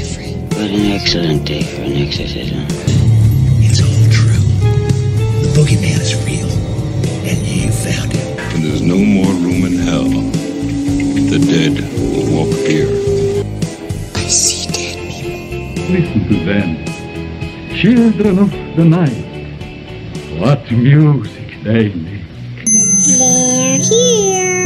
afraid. What an excellent day for an exorcism. It's all true. The boogeyman is real, and you found him. And there's no more room in hell. The dead will walk here. I see dead people. Listen to them. Children of the night. What music they make. They're here.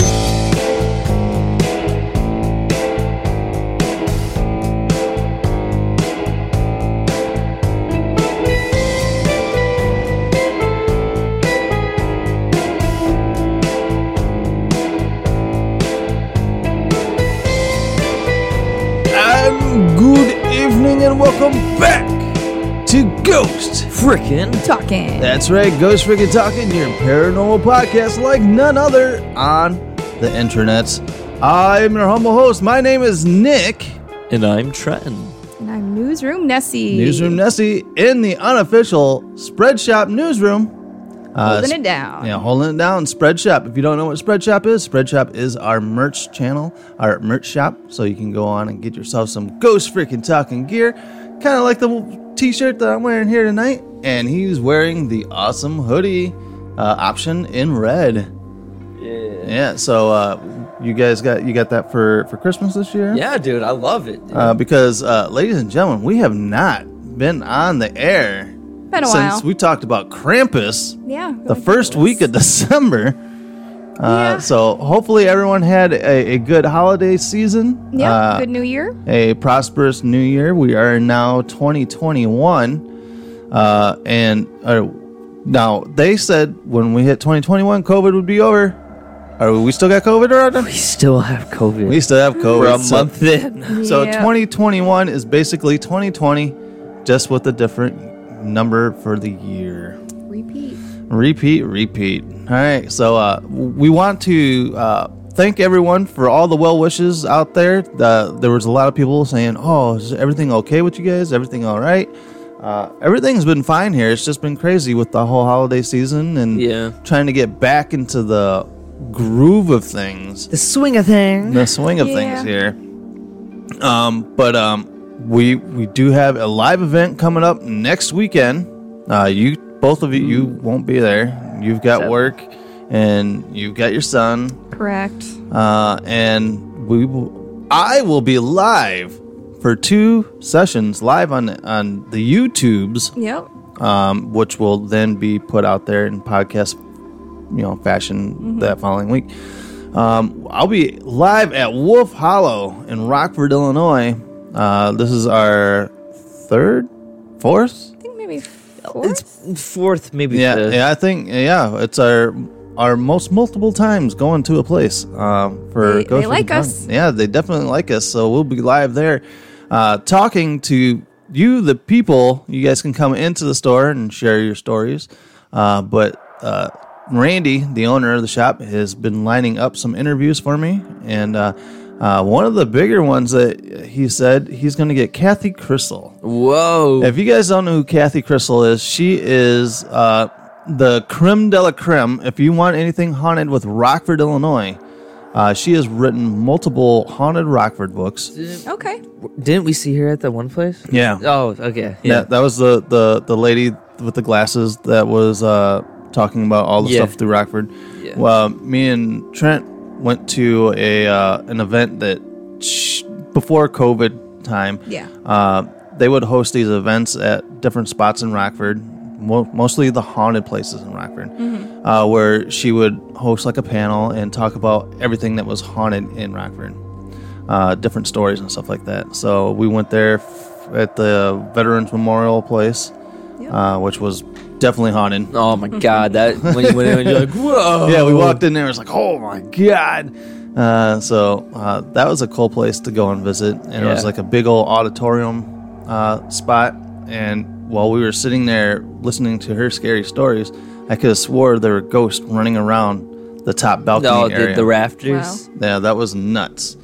And good evening, and welcome back to Ghost Frickin' Talking. That's right, Ghost Frickin' Talking, your paranormal podcast like none other on the internets. I am your humble host. My name is Nick, And I'm Trenton. And I'm Newsroom Nessie. Newsroom Nessie, in the unofficial Spread Shop Newsroom. Uh, Holding it down. Yeah, holding it down. Spread Shop. If you don't know what Spread Shop is, Spread Shop is our merch channel, our merch shop. So you can go on and get yourself some Ghost Freaking Talking gear, kind of like the T-shirt that I'm wearing here tonight. And he's wearing the awesome hoodie uh, option in red. Yeah. Yeah. So uh, you guys got you got that for for Christmas this year? Yeah, dude, I love it. dude. Uh, because, uh, ladies and gentlemen, we have not been on the air Been a since while. we talked about Krampus yeah. the first week of December. Uh, Yeah. So hopefully everyone had a, a good holiday season. Yeah. Uh, good New Year. a prosperous new year. We are now 2021. Uh, and uh, now they said when we hit 2021, COVID would be over. Are we still got COVID around? We still have COVID. We still have COVID. We're a so- month in. so Yeah. 2021 is basically 2020, just with a different number for the year. Repeat. Repeat, repeat. All right. So uh, we want to uh, thank everyone for all the well wishes out there. Uh, there was a lot of people saying, "Oh, is everything okay with you guys? Everything all right?" Uh, everything's been fine here. It's just been crazy with the whole holiday season and Yeah. trying to get back into the groove of things The swing of thing. the swing of Yeah. things here. Um, but um, we we do have a live event coming up next weekend. Uh, you both of you you Mm. won't be there. You've got Sad. work, and you've got your son. Correct. Uh, and we will, I will be live for two sessions live on on the YouTubes, Yep. um, which will then be put out there in podcast, you know, fashion Mm-hmm. that following week. Um, I'll be live at Wolf Hollow in Rockford, Illinois. Uh, this is our third, fourth, I think maybe four. It's fourth, maybe yeah, fifth. yeah. I think yeah, it's our our most multiple times going to a place um, for They- Ghost they like Recon. us. Yeah, they definitely like us. So we'll be live there, uh, talking to you, the people. You guys can come into the store and share your stories. Uh, but uh, Randy, the owner of the shop, has been lining up some interviews for me, and uh, uh, one of the bigger ones that he said he's going to get Kathy Crystal. Whoa. If you guys don't know who Kathy Crystal is, she is uh, the creme de la creme. If you want anything haunted with Rockford, Illinois, uh, she has written multiple haunted Rockford books. Okay. Didn't we see her at that one place? Yeah, Oh, okay. Yeah. that, that was the, the the lady with the glasses that was uh, talking about all the Yeah. stuff through Rockford. Yeah. Well, me and Trent went to a uh, an event that sh- before COVID time. Yeah. Uh, they would host these events at different spots in Rockford, mo- mostly the haunted places in Rockford, uh, where she would host like a panel and talk about everything that was haunted in Rockford, uh, different stories and stuff like that. So we went there f- at the Veterans Memorial Place, uh, which was definitely haunted. Oh my god, that when you went in, you're like, whoa. Yeah, we walked in there. It was like, oh my god. Uh, so uh, that was a cool place to go and visit, and it was Yeah. like a big old auditorium uh, spot, and while we were sitting there listening to her scary stories, I could have swore there were ghosts running around the top balcony Oh, the- area. the rafters? Yeah, that was nuts.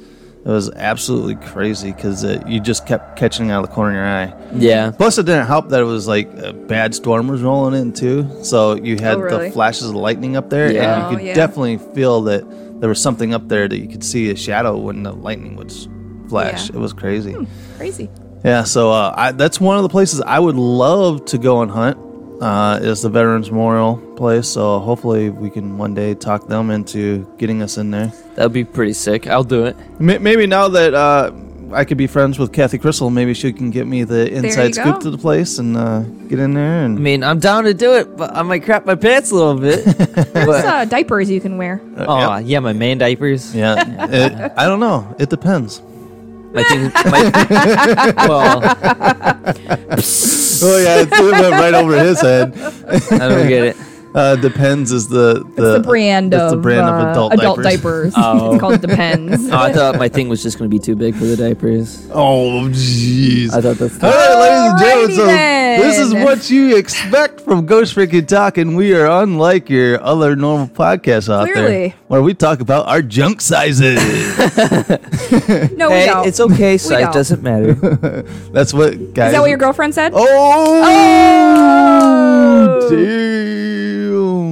It was absolutely crazy because you just kept catching it out of the corner of your eye. Yeah. Plus, it didn't help that it was like a bad storm was rolling in too, so you had Oh, really? the flashes of lightning up there, Yeah. and you Oh, could yeah. definitely feel that there was something up there that you could see a shadow when the lightning would s- flash. Yeah. It was crazy. Hmm, Crazy. Yeah, so uh, I, that's one of the places I would love to go and hunt. Uh, is the Veterans Memorial place. So hopefully we can one day talk them into getting us in there. That'd be pretty sick. I'll do it. May- Maybe now that uh, I could be friends with Kathy Crystal, maybe she can get me the you inside go. scoop to the place and uh, get in there. And I mean, I'm down to do it, but I might crap my pants a little bit. There's But- uh, diapers you can wear. oh yeah, my man diapers. Yeah, it- I don't know. It depends. My thing, my, well, oh yeah, it went right over his head. I don't get it. Uh, depends is the the, the brand it's the of, brand of uh, adult adult diapers. diapers. It's called Depends. Oh, I thought my thing was just going to be too big for the diapers. Oh, jeez. I thought that's. All right, ladies and Alrighty gentlemen, so then. this is what you expect from Ghost Freaking Talk, and we are unlike your other normal podcasts out Clearly. there, where we talk about our junk sizes. No, we hey, don't. it's okay. We Size don't. doesn't matter. That's what guys. Is that what your girlfriend said? Oh,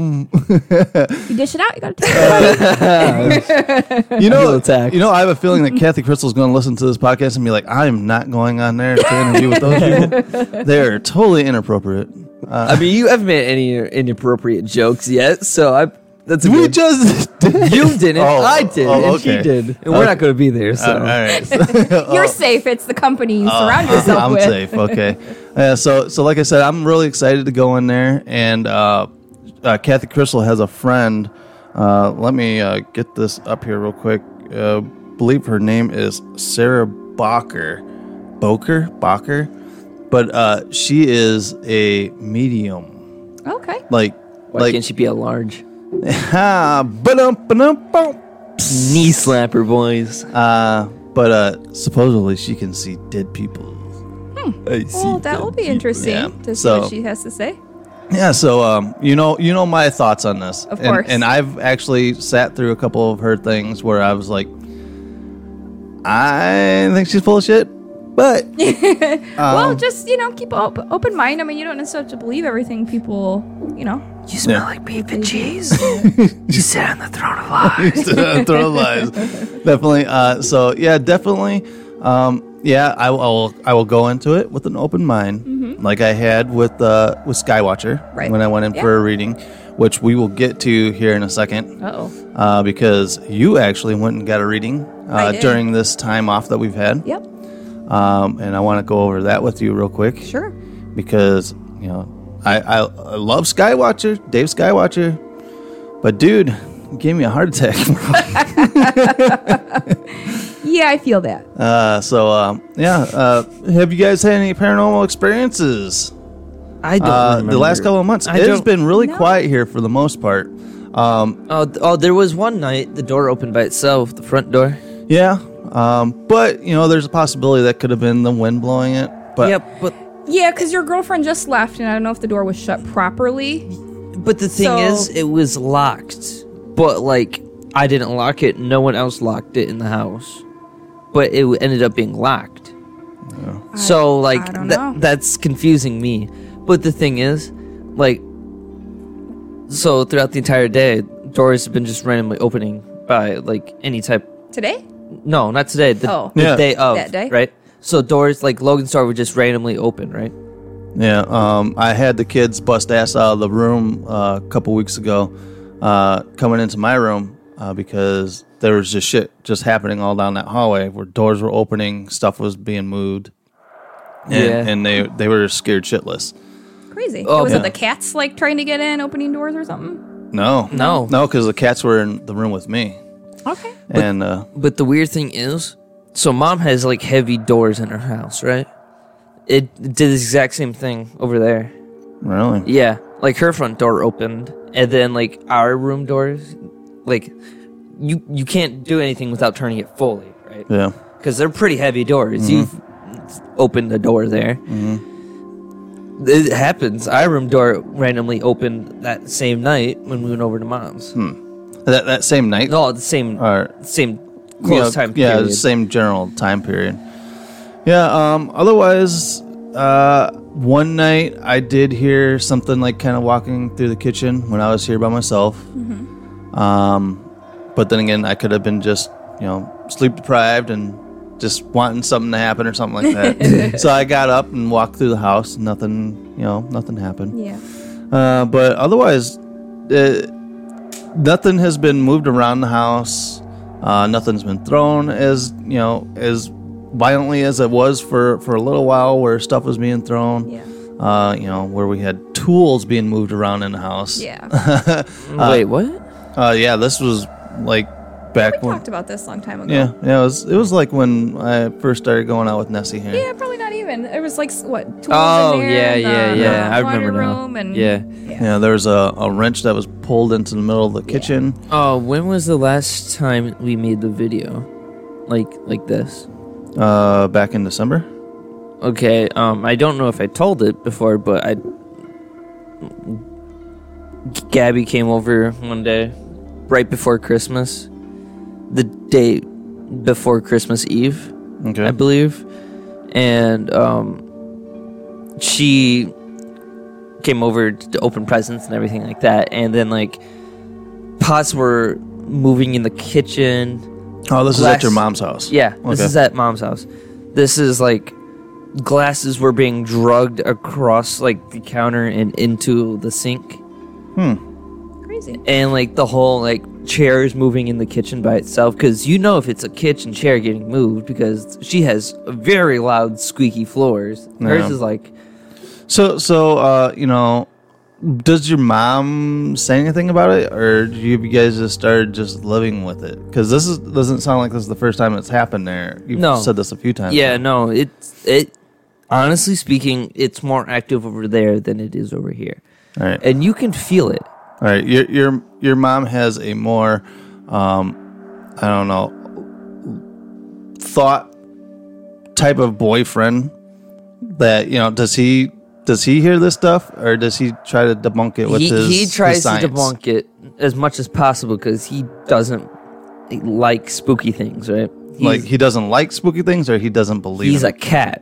you dish it out. You got to tell you know, you know, I have a feeling that Kathy Crystal's going to listen to this podcast and be like, "I am not going on there to interview with those people. They are totally inappropriate." Uh, I mean, you haven't made any inappropriate jokes yet, so I. That's a we good- just you didn't. Oh, I did. oh, And she okay. did. And we're Okay. not going to be there. So. Uh, all right. You're safe. It's the company you Oh, surround I- yourself I'm with. safe. Okay. Uh, so, so like I said, I'm really excited to go in there. And uh, uh, Kathy Crystal has a friend. Uh, let me uh, get this up here real quick. Uh, believe her name is Sarah Bocker, Boker, Bocker, but uh, she is a medium. Okay. Like, Why like can't she be a large? Ha! Ba-dum, ba-dum, bum. Knee slapper, boys. Uh, but uh, supposedly she can see dead people. I see Well, that will be interesting Yeah. to see So- what she has to say. Yeah, so um, you know, you know my thoughts on this, Of And- course. And, I've actually sat through a couple of her things where I was like, I think she's full of shit, but well, Um, just you know, keep op- open mind. I mean, you don't necessarily have to believe everything people, you know. You smell Yeah. like beef and cheese. you sit on the throne of throw lies, definitely. Uh, so yeah, definitely. Um, yeah, I will. I will go into it with an open mind, like I had with uh, with Skywatcher Mm-hmm. Right. when I went in Yeah. for a reading, which we will get to here in a second. oh. uh, because you actually went and got a reading uh, did. during this time off that we've had. Yep. Um, and I want to go over that with you real quick. Sure. Because you know, I I, I love Skywatcher, Dave Skywatcher, but dude, he gave me a heart attack. Yeah, I feel that. uh, so um, yeah, uh, have you guys had any paranormal experiences? I don't. Uh, the last remember. couple of months, I it's don't- been really quiet here for the most part. Um, Oh, th- oh, there was one night the door opened by itself, the front door. Yeah, um, but you know, there's a possibility that could have been the wind blowing it. But yep, but Yeah, because your girlfriend just left, and I don't know if the door was shut properly. But the thing is, it was locked. But like, I didn't lock it. No one else locked it in the house. But it ended up being locked. So like, I don't tha- know. that's confusing me. But the thing is, like, so throughout the entire day, doors have been just randomly opening by like any type. today, No, not today. The, Oh. the Yeah. day of That day? right. So doors like Logan's door would just randomly open, right? yeah, um, I had the kids bust ass out of the room uh, a couple weeks ago, uh, coming into my room uh, because there was just shit just happening all down that hallway where doors were opening, stuff was being moved, and, Yeah. and they they were scared shitless. crazy. Oh, was yeah. it the cats like trying to get in, opening doors or something? No, No. no, because the cats were in the room with me, Okay. and uh, But the weird thing is, so mom has like heavy doors in her house, right? It did the exact same thing over there. really, Yeah, like her front door opened, and then like our room doors, like you you can't do anything without turning it fully, right? yeah. Mm-hmm. Because they're pretty heavy doors. You've opened a door there. It happens. Our room door randomly opened that same night when we went over to mom's. Hmm. That that same night? No, the same same You close know, time Yeah, period. the same general time period. Yeah. Um. Otherwise, uh, one night I did hear something like kind of walking through the kitchen when I was here by myself. Mm-hmm. Um, but then again, I could have been just you know sleep deprived and just wanting something to happen or something like that. so I got up and walked through the house. Nothing. You know, nothing happened. Yeah. Uh, but otherwise, uh, nothing has been moved around the house. Uh, nothing's been thrown as you know as violently as it was for for a little while, where stuff was being thrown. Yeah. Uh, you know where we had tools being moved around in the house. Yeah. Wait, what? Uh, yeah, this was like back We when. talked about this a long time ago. Yeah, yeah, it was it was like when I first started going out with Nessie here. Yeah, probably not even. It was like s- what tools Oh, in there yeah, and, yeah, uh, yeah. I laundry remember now. room and yeah. there was a, a wrench that was pulled into the middle of the kitchen. Oh, when was the last time we made the video? Like like this? Uh back in December? Okay, um I don't know if I told it before, but I Gabby came over one day right before Christmas. The day before Christmas Eve, okay. I believe. And um she came over to open presents and everything like that and then like pots were moving in the kitchen. Oh, this is at your mom's house. Yeah, this Okay. is at mom's house. This is like glasses were being drugged across like the counter and into the sink. Hmm. Crazy. And like the whole like chairs moving in the kitchen by itself because you know if it's a kitchen chair getting moved because she has very loud squeaky floors. Hers Yeah. is like So so uh, you know, does your mom say anything about it, or do you guys just started just living with it? Because this is, doesn't sound like this is the first time it's happened. There, you've no said this a few times. Yeah, no, it's it. Honestly speaking, it's more active over there than it is over here. All right, and you can feel it. All right, your your your mom has a more, um, I don't know, thought type of boyfriend that you know. Does he does he hear this stuff, or does he try to debunk it with he, his? he his tries to science? debunk it as much as possible because he doesn't like spooky things, right? like he doesn't like spooky things or he doesn't believe He's in a cat.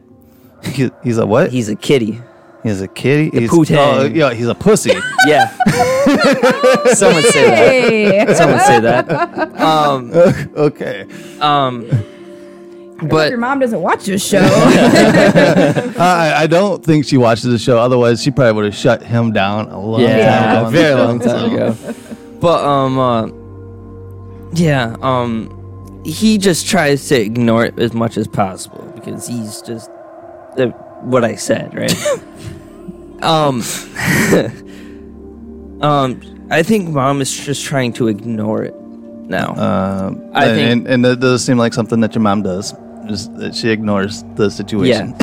He- he's a what he's a kitty he's a kitty The he's, poo-tang. oh, yeah he's a pussy yeah someone say that. Someone say that. Um, okay. Um, I hope but your mom doesn't watch this show. I, I don't think she watches the show otherwise she probably would have shut him down a long time yeah, ago Um, a on very the show, long so. time ago. But um, uh, yeah, um, he just tries to ignore it as much as possible because he's just uh, what I said, right? um, um, I think mom is just trying to ignore it now. Uh, I and, think- and, and that does seem like something that your mom does is that she ignores the situation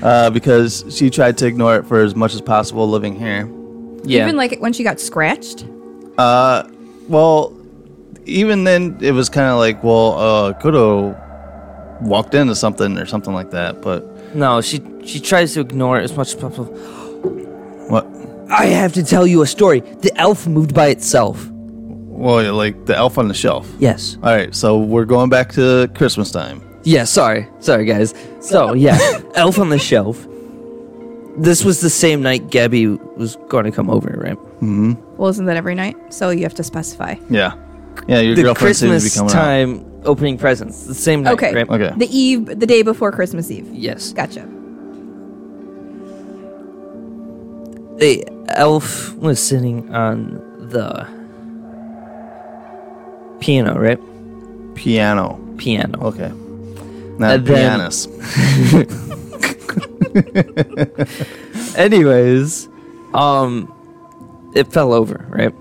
uh, because she tried to ignore it for as much as possible living here Even like when she got scratched. Uh, well, even then, it was kind of like, well, uh, could have walked into something or something like that. But No, she she tries to ignore it as much as possible. What? I have to tell you a story. The elf moved by itself. well, yeah, like the elf on the shelf. Yes. All right, so we're going back to Christmas time. Yeah, sorry. Sorry, guys. So, yeah, Elf on the Shelf. This was the same night Gabby was going to come over, right? Mm-hmm. Well, isn't that every night? So you have to specify. Yeah. Yeah, your the girlfriend seems to Christmas be coming out. time opening presents. The same night, Okay. right? The eve, the day before Christmas Eve. Yes. Gotcha. the elf was sitting on the piano, right? Piano. Piano. Okay. Not And then- pianist. Anyways, um, it fell over, right?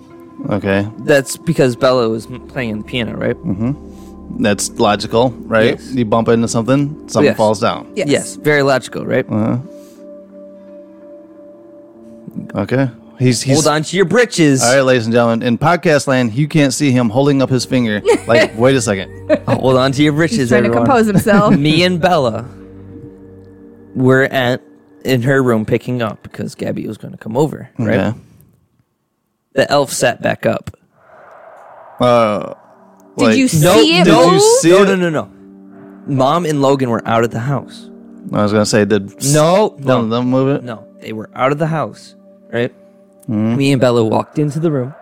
Okay. That's because Bella was m- playing the piano, right? Mm-hmm. That's logical, right? Yes. You bump into something, something Yes. falls down. Yes. Very logical, right? Uh-huh. Okay. He's, he's hold on to your britches. All right, ladies and gentlemen, in podcast land, you can't see him holding up his finger. Like, wait a second, hold on to your britches. He's trying to everyone. compose himself. Me and Bella were at in her room picking up because Gabby was going to come over. Right. Okay. The elf sat back up. Uh, Did you see No, it no, move? no, no, no, no. Mom and Logan were out of the house. I was gonna say did No, none of them move it. No, they were out of the house, right? Mm-hmm. Me and Bella walked into the room.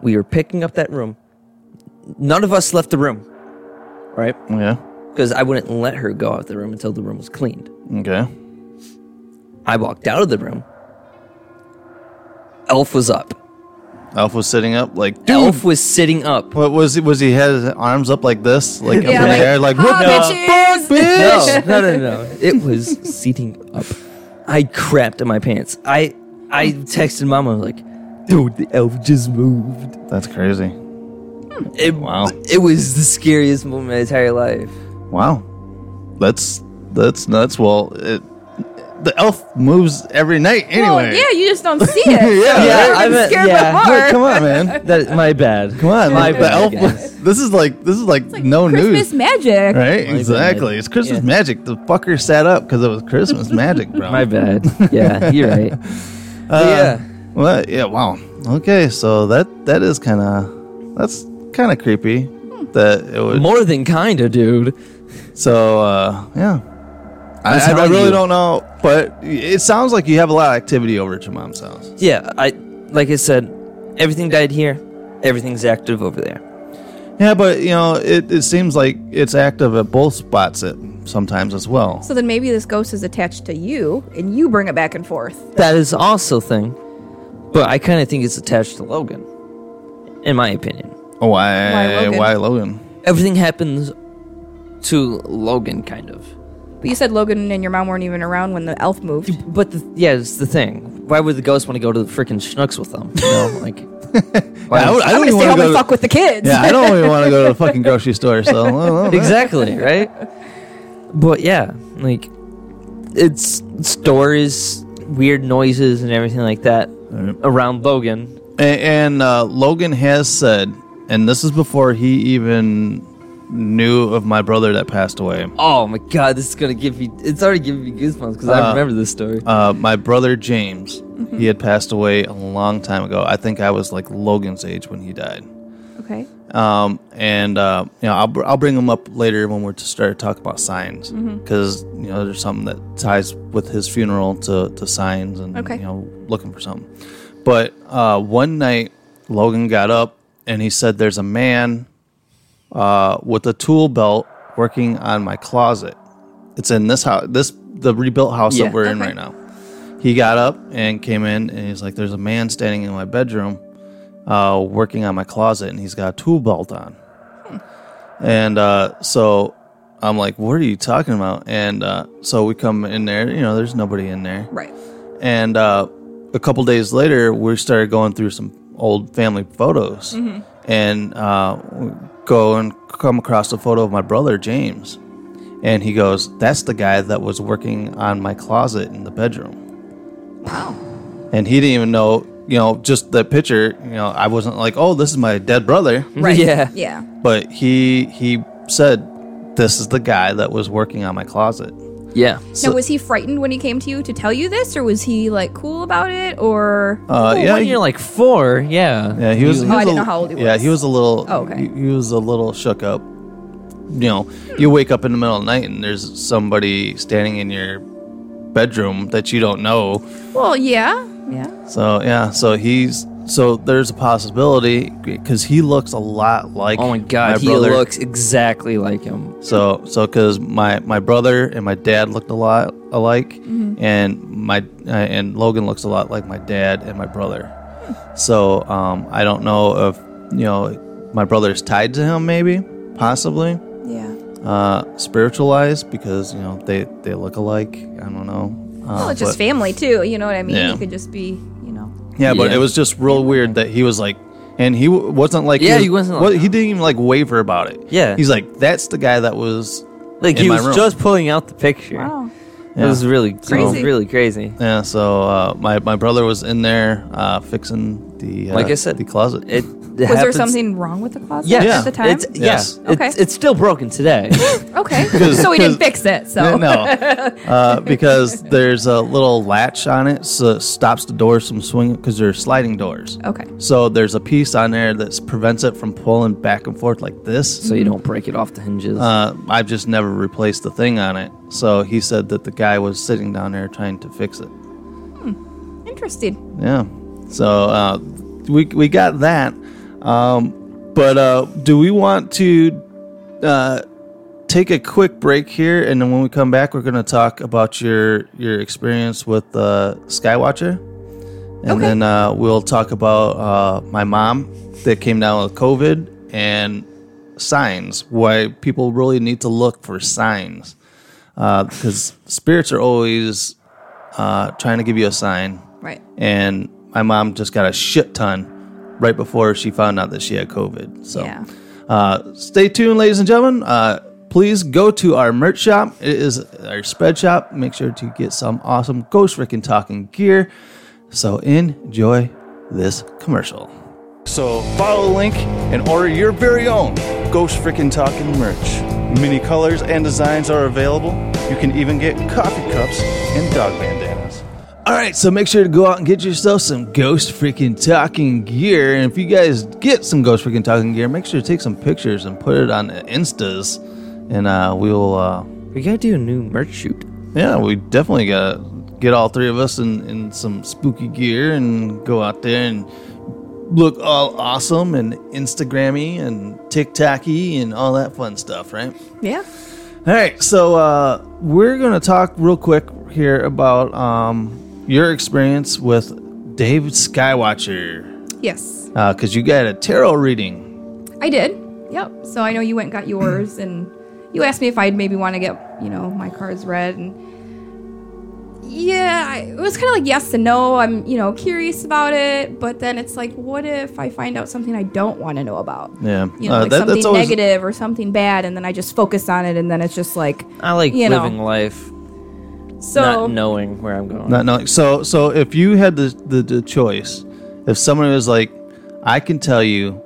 We were picking up that room. None of us left the room, right? Yeah. Because I wouldn't let her go out of the room until the room was cleaned. Okay. I walked out of the room. Elf was up. Elf was sitting up, like dude. Elf was sitting up. What was he? Was he had his arms up like this, like Yeah, up in like, the air, like "Ha, what the bitches!" fuck, No, bitch? no, no, no. It was sitting up. I crapped in my pants. I I texted Mama like, dude, the elf just moved. That's crazy. It, Oh, Wow. It was the scariest moment of my entire life. Wow, that's that's nuts. Well, it, the elf moves every night Well, anyway. Oh, yeah, you just don't see it. yeah, yeah, I'm I meant- scared yeah. but more. Wait, come on, man. That my bad. Come on, My like the bad, elf. guys. This is like this is like, no Christmas news, magic. right? bad. exactly. It's Christmas Yeah. magic. The fucker sat up because it was Christmas magic, bro. My bad. Yeah, you're right. But Uh, yeah. Well, yeah. Wow. Okay. So that that is kind of that's kind of creepy. Hmm. That it would. More than kinda, dude. So uh, yeah. I, That's I, I how really you- don't know, but it sounds like you have a lot of activity over at your mom's house. Yeah, I like I said, everything died here. Everything's active over there. Yeah, but you know, it, it seems like it's active at both spots at sometimes as well. So then maybe this ghost is attached to you, and you bring it back and forth. That is also a thing. But I kinda think it's attached to Logan. In my opinion. Oh, why? Why Logan? Why Logan? Everything happens to Logan kind of. But you said Logan and your mom weren't even around when the elf moved. But the, yeah, it's the thing. Why would the ghost want to go to the freaking schnucks with them? You know, like I, would- I I'm gonna don't even stay want home to and go. fuck with the kids. yeah, I don't even want to go to the fucking grocery store. So well, well, exactly right but yeah like it's stores weird noises and everything like that around logan And, and uh, Logan has said, and this is before he even knew of my brother that passed away. oh my god this is gonna give me it's already giving me goosebumps because i Uh, remember this story Uh, my brother James, Mm-hmm. he had passed away a long time ago. I think I was like Logan's age when he died. Okay. Um, and uh, you know, I'll, br- I'll bring him up later when we're to start talking about signs Mm-hmm. because you know there's something that ties with his funeral to, to signs and Okay. you know looking for something. But uh, one night, Logan got up and he said, "There's a man uh, with a tool belt working on my closet. It's in this house, this the rebuilt house Yeah. that we're in Okay. right now." He got up and came in and he's like, "There's a man standing in my bedroom." uh, working on my closet and he's got a tool belt on. And uh, so I'm like, what are you talking about? And uh, so we come in there, you know, there's nobody in there. Right. And uh, a couple days later, we started going through some old family photos and uh, we go and come across a photo of my brother, James. And he goes, that's the guy that was working on my closet in the bedroom and he didn't even know you know just the picture you know i wasn't like oh this is my dead brother Right. Yeah. Yeah. but he he said this is the guy that was working on my closet yeah now, was he frightened when he came to you to tell you this, or was he like cool about it, or uh Well, yeah when he- you're like four yeah yeah he was, he Oh, I was didn't a- know how old he yeah was. he was a little Oh, okay. he, he was a little shook up you know you wake up in the middle of the night and there's somebody standing in your bedroom that you don't know well, yeah, yeah, so yeah so he's so there's a possibility because he looks a lot like oh my god he brother. looks exactly like him So, so because my my brother and my dad looked a lot alike, Mm-hmm. and my uh, and Logan looks a lot like my dad and my brother. Hmm. So, um, I don't know if you know my brother's tied to him, maybe, possibly, yeah. uh, spiritualized because you know they they look alike. I don't know. Uh, Well, it's just but- family too. You know what I mean? Yeah. It could just be, you know. yeah, but Yeah. it was just real weird that he was like. And he w- wasn't like Yeah, was- he wasn't wa- like- he didn't even like waver about it. Yeah. he's like that's the guy that was like In he my was room. just pulling out the picture Wow. It was really crazy. Crazy. really crazy. Yeah, so uh, my my brother was in there uh, fixing the uh, Like I said, the closet. It, Was there something wrong with the closet Yes. at the time? It's, Yes. Okay. It's, it's still broken today. okay. 'Cause- so we didn't 'cause- fix it. So No, uh, because there's a little latch on it, so it stops the doors from swinging because they're sliding doors. Okay. So there's a piece on there that prevents it from pulling back and forth like this. So you don't break it off the hinges. Uh, I've just never replaced the thing on it. So he said that the guy was sitting down there trying to fix it. Interesting. Yeah. So uh, we we got that. Um, but uh, do we want to uh, take a quick break here, and then when we come back, we're going to talk about your your experience with uh, Skywatcher, and then uh, we'll talk about uh, my mom that came down with COVID and signs. Why people really need to look for signs because spirits are always uh, trying to give you a sign Right. and my mom just got a shit ton right before she found out that she had COVID. So, Yeah. uh, stay tuned, ladies and gentlemen. Uh, please go to our merch shop. It is our spread shop. Make sure to get some awesome Ghost Rick and Talking gear. So enjoy this commercial. So follow the link and order your very own Ghost Frickin' Talking merch. Many colors and designs are available. You can even get coffee cups and dog bandanas. All right, so make sure to go out and get yourself some Ghost Freaking Talking gear. And if you guys get some Ghost Freaking Talking gear, make sure to take some pictures and put it on the Instas. And uh, we will. Uh, we gotta do a new merch shoot. Yeah, we definitely gotta get all three of us in, in some spooky gear and go out there and look all awesome and Instagrammy and TikToky and all that fun stuff, right? Yeah. All right, so uh, we're gonna talk real quick here about um, your experience with David Skywatcher Yes. because you got a tarot reading. I did. Yep. So I know you went and got yours, and you asked me if I'd maybe want to get, you know, my cards read. And yeah, I, it was kind of like yes and no. I'm, you know, curious about it, but then it's like, what if I find out something I don't want to know about? Yeah, You know, Uh, like that- something always- negative or something bad, and then I just focus on it, and then it's just like I like you living Know. life, So not knowing where I'm going. Not knowing. So, so if you had the, the the choice, if someone was like, "I can tell you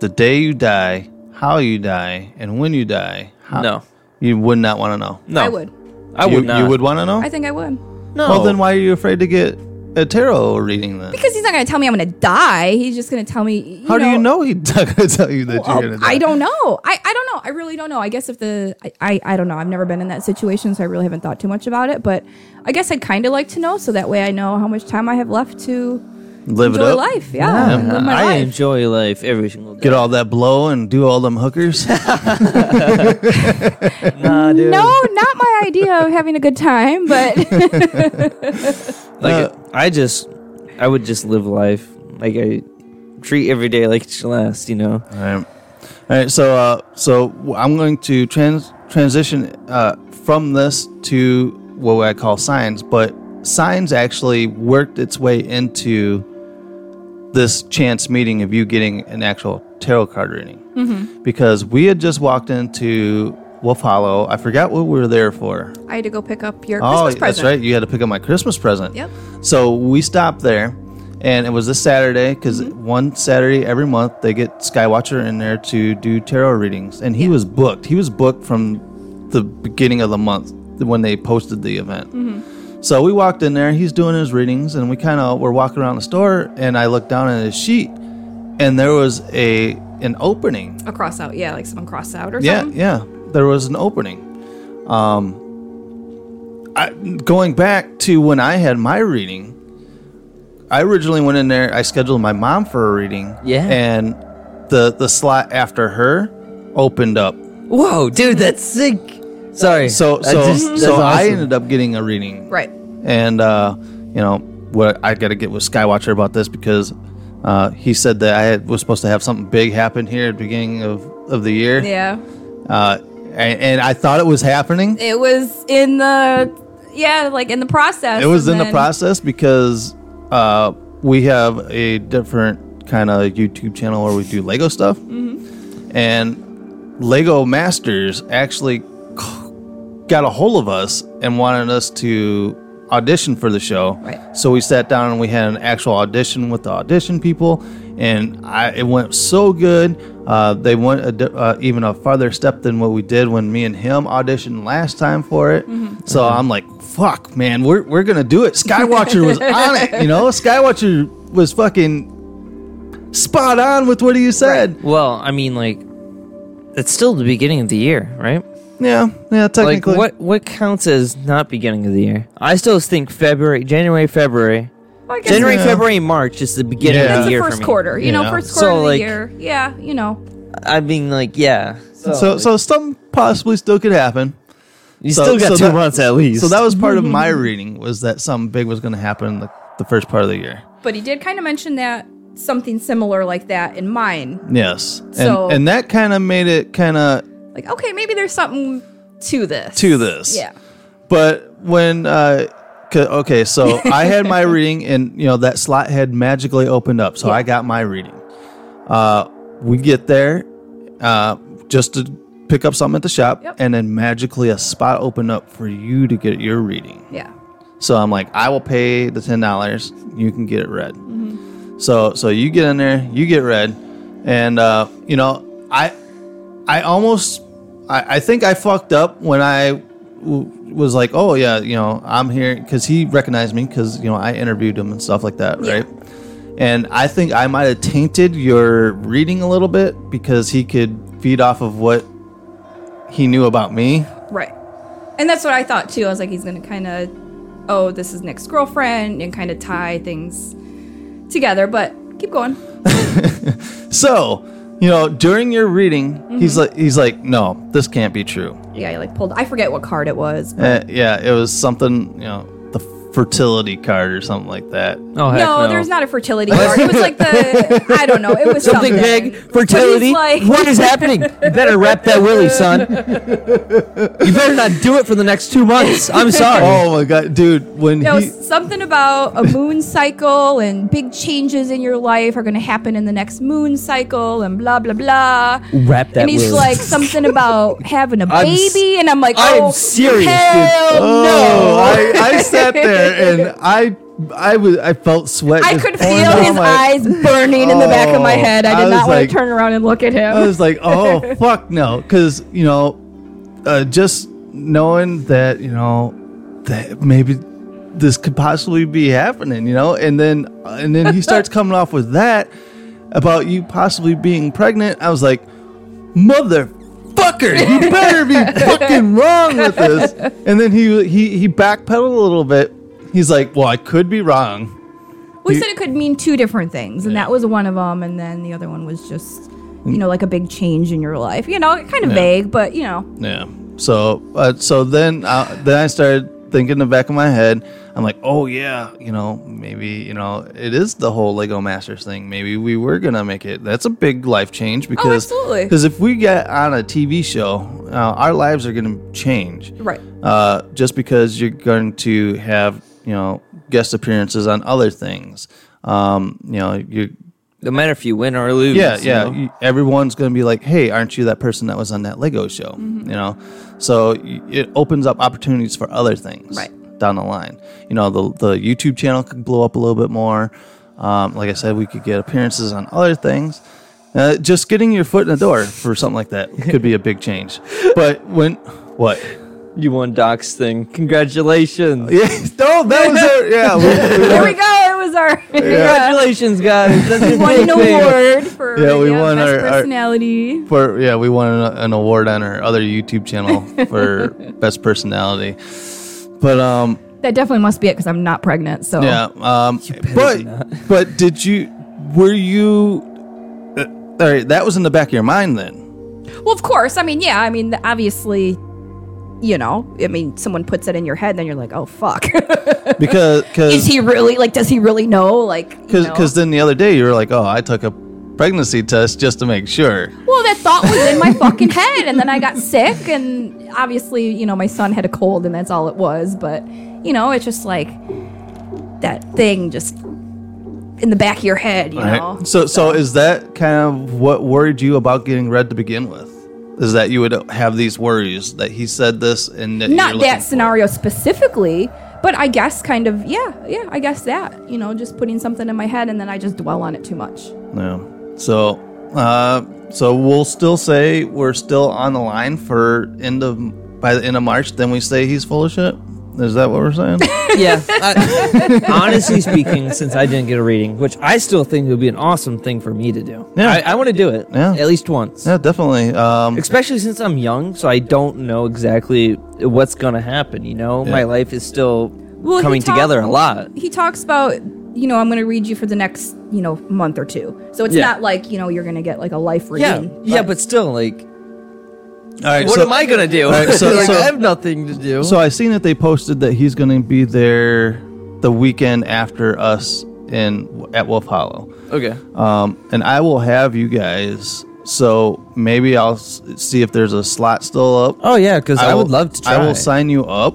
the day you die, how you die, and when you die," how, No. you would not want to know. No. I would. I would You- not. You would want to know. I think I would. No. Well, then why are you afraid to get a tarot reading then? Because he's not going to tell me I'm going to die. He's just going to tell me. You how know, do you know he's not going to tell you that Well, you're going to die? I don't know. I, I don't know. I really don't know. I guess if the I, I I don't know. I've never been in that situation, so I really haven't thought too much about it. But I guess I'd kind of like to know, so that way I know how much time I have left to Live enjoy life. Yeah, and live my I life. enjoy life every single day. Get all that blow and do all them hookers. Nah, dude. No, not my idea of having a good time, but Uh, Like I just, I would just live life. Like I treat every day like it's your last. You know. All right. All right. So, uh, so w- I'm going to trans- transition uh, from this to what I call signs, but signs actually worked its way into this chance meeting of you getting an actual tarot card reading because we had just walked into Wolf Hollow. I forgot what we were there for. I had to go pick up your Oh, Christmas present. that's right. You had to pick up my Christmas present. Yep. So we stopped there, and it was this Saturday because Mm-hmm. one Saturday every month they get Skywatcher in there to do tarot readings, and he was booked. He was booked from the beginning of the month when they posted the event. Mm-hmm. So we walked in there. He's doing his readings, and we kind of were walking around the store, and I looked down at his sheet, and there was a an opening A cross out, yeah, like someone crossed out or yeah, something. yeah. There was an opening. Um, I, going back to when I had my reading, I originally went in there. I scheduled my mom for a reading. Yeah. and the the slot after her opened up. Whoa, dude, that's sick. Sorry. So That so just- that's so I awesome. ended up getting a reading. Right. And uh, you know what I got to get with Skywatcher about this because uh, he said that I had, was supposed to have something big happen here at the beginning of of the year. Yeah. Uh, and, and I thought it was happening. It was in the yeah, like in the process. It was in and the then- process because uh, we have a different kind of YouTube channel where we do Lego stuff, Mm-hmm. and Lego Masters actually c- got a hold of us and wanted us to audition for the show. Right. So we sat down and we had an actual audition with the audition people, and I, it went so good. Uh, they went a, di- uh, even a farther step than what we did when me and him auditioned last time for it. So I'm like, fuck, man, we're, we're going to do it. Skywatcher was on it, you know? Skywatcher was fucking spot on with what he said. Well, I mean, like, it's still the beginning of the year, right? Yeah, yeah, technically. Like, what what counts as not beginning of the year? I still think February, January, February, Well, I guess- January, Yeah. February, and March is the beginning That's of the the year first for me. quarter, you know, first So, quarter of the like, year. Yeah, you know. I mean, like, yeah. So, so, some possibly still could happen. You still got two months at least. So that was part of my reading was that something big was going to happen the, the first part of the year. But he did kind of mention that something similar like that in mine. Yes, and So- and that kind of made it kind of. Like, okay, maybe there's something to this. To this. Yeah. But when uh, 'ca- okay, so I had my reading, and you know that slot had magically opened up, so I got my reading. Uh, we get there, uh, just to pick up something at the shop, and then magically a spot opened up for you to get your reading. Yeah. So I'm like, I will pay the ten dollars. You can get it read. Mm-hmm. So so you get in there, you get read, and uh, you know I I almost I, I think I fucked up when I w- was like, oh yeah, you know I'm here because he recognized me because you know I interviewed him and stuff like that, right? And I think I might have tainted your reading a little bit because he could feed off of what he knew about me. Right. And that's what I thought too. I was like, he's going to kind of, oh, this is Nick's girlfriend and kind of tie things together. But keep going. So, you know, during your reading, he's like, he's like, no, this can't be true. Yeah, I like pulled. I forget what card it was. but- Uh, yeah, it was something, you know, the fertility card or something like that. Oh no, there's not a fertility card. It was like the I don't know. It was something, Something big, But he's fertility. Like, What is happening? You better wrap that willy, son. You better not do it for the next two months. I'm sorry. Oh my god, dude, when No, he something about a moon cycle and big changes in your life are going to happen in the next moon cycle and blah blah blah. Wrap that and he's willy. like something about having a I'm s- baby, and I'm like, I'm oh, serious, dude. hell Oh, no. I, I sat there and I I was I felt sweat. I just could pouring feel down his my- eyes burning in the back of my Oh, head. I I did was not want like- to turn around and look at him. uh, I was like, oh fuck no, because you know, uh, just knowing that you know that maybe this could possibly be happening, you know, and then uh, and then he starts coming off with that about you possibly being pregnant. I was like, motherfucker, you better be fucking wrong with this. And then he he he backpedaled a little bit. He's like, well, I could be wrong. We You- said it could mean two different things, and that was one of them, and then the other one was just, you know, like a big change in your life. You know, kind of Yeah. vague, but you know, Yeah. So uh, so then uh, then I started thinking in the back of my head. I'm like, oh yeah, you know, maybe you know it is the whole Lego Masters thing. Maybe we were gonna make it. That's a big life change because Oh, absolutely. because if we get on a TV show, uh, our lives are gonna change. right. Uh, just because you're going to have you know guest appearances on other things. Um, you know you. No matter if you win or lose. Yeah, you yeah. know? You- everyone's going to be like, "Hey, aren't you that person that was on that Lego show?" You know, so y- it opens up opportunities for other things Right. down the line. You know, the the YouTube channel could blow up a little bit more. Um, like I said, we could get appearances on other things. Uh, just getting your foot in the door for something like that could be a big change. But when what? You won Doc's thing. Congratulations. Yeah. No, that was it. Yeah. we- we- There we go. It was our Congratulations, guys. That's We a won big an thing. award for Yeah, we won best our- our- personality. for yeah, we won an, an award on our other YouTube channel for best personality. But um, That definitely must be it because I'm not pregnant. So yeah, um, but but did you were you? Uh, all right, that was in the back of your mind then. well, of course. I mean, yeah. I mean, obviously, you know. I mean, someone puts it in your head, then you're like, oh fuck. because Is because he really like? Does he really know? Like, you know? because then the other day you were like, oh, I took a pregnancy test just to make sure. Well, that thought was in my fucking head, and then I got sick, and obviously, you know, my son had a cold, and that's all it was. But you know, it's just like that thing just in the back of your head, you All right. know. So so is that kind of what worried you about getting read to begin with? is that you would have these worries that he said this and that Not you're that looking- scenario specifically, but I guess kind of, yeah, yeah, I guess that. You know, just putting something in my head and then I just dwell on it too much. No. So, uh, so we'll still say we're still on the line for end of by the end of March. Then we say he's full of shit. Is that what we're saying? yeah. I- honestly speaking, since I didn't get a reading, which I still think would be an awesome thing for me to do. Yeah. I, I want to do it. Yeah. At least once. Yeah, definitely. Um, Especially since I'm young, so I don't know exactly what's going to happen. You know, Yeah. my life is still he coming talk- together a lot. He talks about, you know, I'm going to read you for the next, you know, month or two. So it's Yeah. not like, you know, you're going to get like a life Yeah. reading. yeah, but still, like, All right, what so- am I going to do? All right, so- Like, so- I have nothing to do. So I seen that they posted that he's going to be there the weekend after us in at Wolf Hollow. Okay. Um, and I will have you guys. So maybe I'll s- see if there's a slot still up. Oh, yeah, 'cause I would will- love to I try. will sign you up,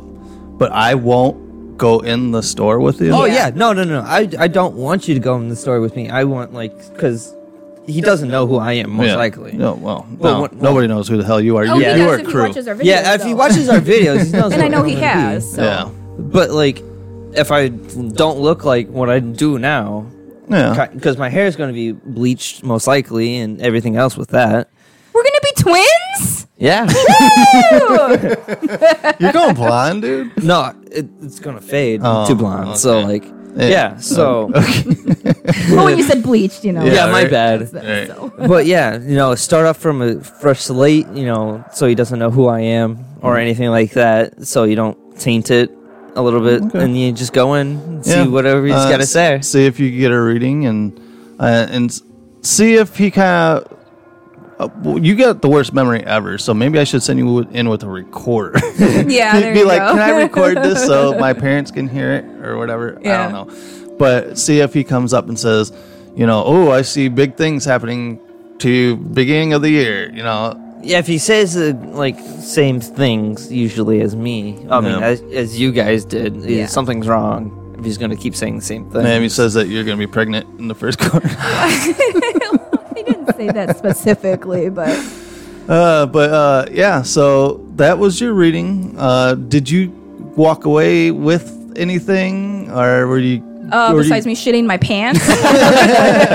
but I won't go in the store with you. Oh yeah, no, no, no. I, I don't want you to go in the store with me. I want like because he doesn't know who I am most Yeah. likely. No, well, Well, no, what- well- nobody knows who the hell you are. Oh, you, he you does are if he crew. watches our videos. yeah, if he though. watches our videos, he knows. and I what know I'm he gonna has. be. So. Yeah, But like, if I don't look like what I do now, yeah. because my hair is going to be bleached most likely, and everything else with that. We're going to be twins? Yeah, Ooh. You're going blonde, dude. no, it, it's going to fade Oh, to blonde. So okay. like, Yeah. yeah, so. oh, when you said bleached, you know. Yeah, Yeah, my right. bad. Right. but yeah, you know, start off from a fresh slate, you know, so he doesn't know who I am Mm-hmm. or anything like that, so you don't taint it a little bit, Okay. and you just go in, and see Yeah. whatever he's Uh, got to s- say. See if you can get a reading and uh, and s- see if he kind of. Uh, well, you got the worst memory ever, so maybe I should send you w- in with a recorder. Yeah, there be you like, go. can I record this so my parents can hear it or whatever? I Yeah. don't know. But see if he comes up and says, you know, oh, I see big things happening to you beginning of the year. You know, Yeah, if he says uh, like same things usually as me, I mean, Yeah. as, as you guys did, yeah, Yeah. something's wrong. If he's gonna keep saying the same thing, maybe he says that you're going to be pregnant in the first quarter. I didn't say that specifically, but Uh, but uh, yeah, so that was your reading. Uh, did you walk away with anything, or were you? uh, were you- besides me shitting my pants.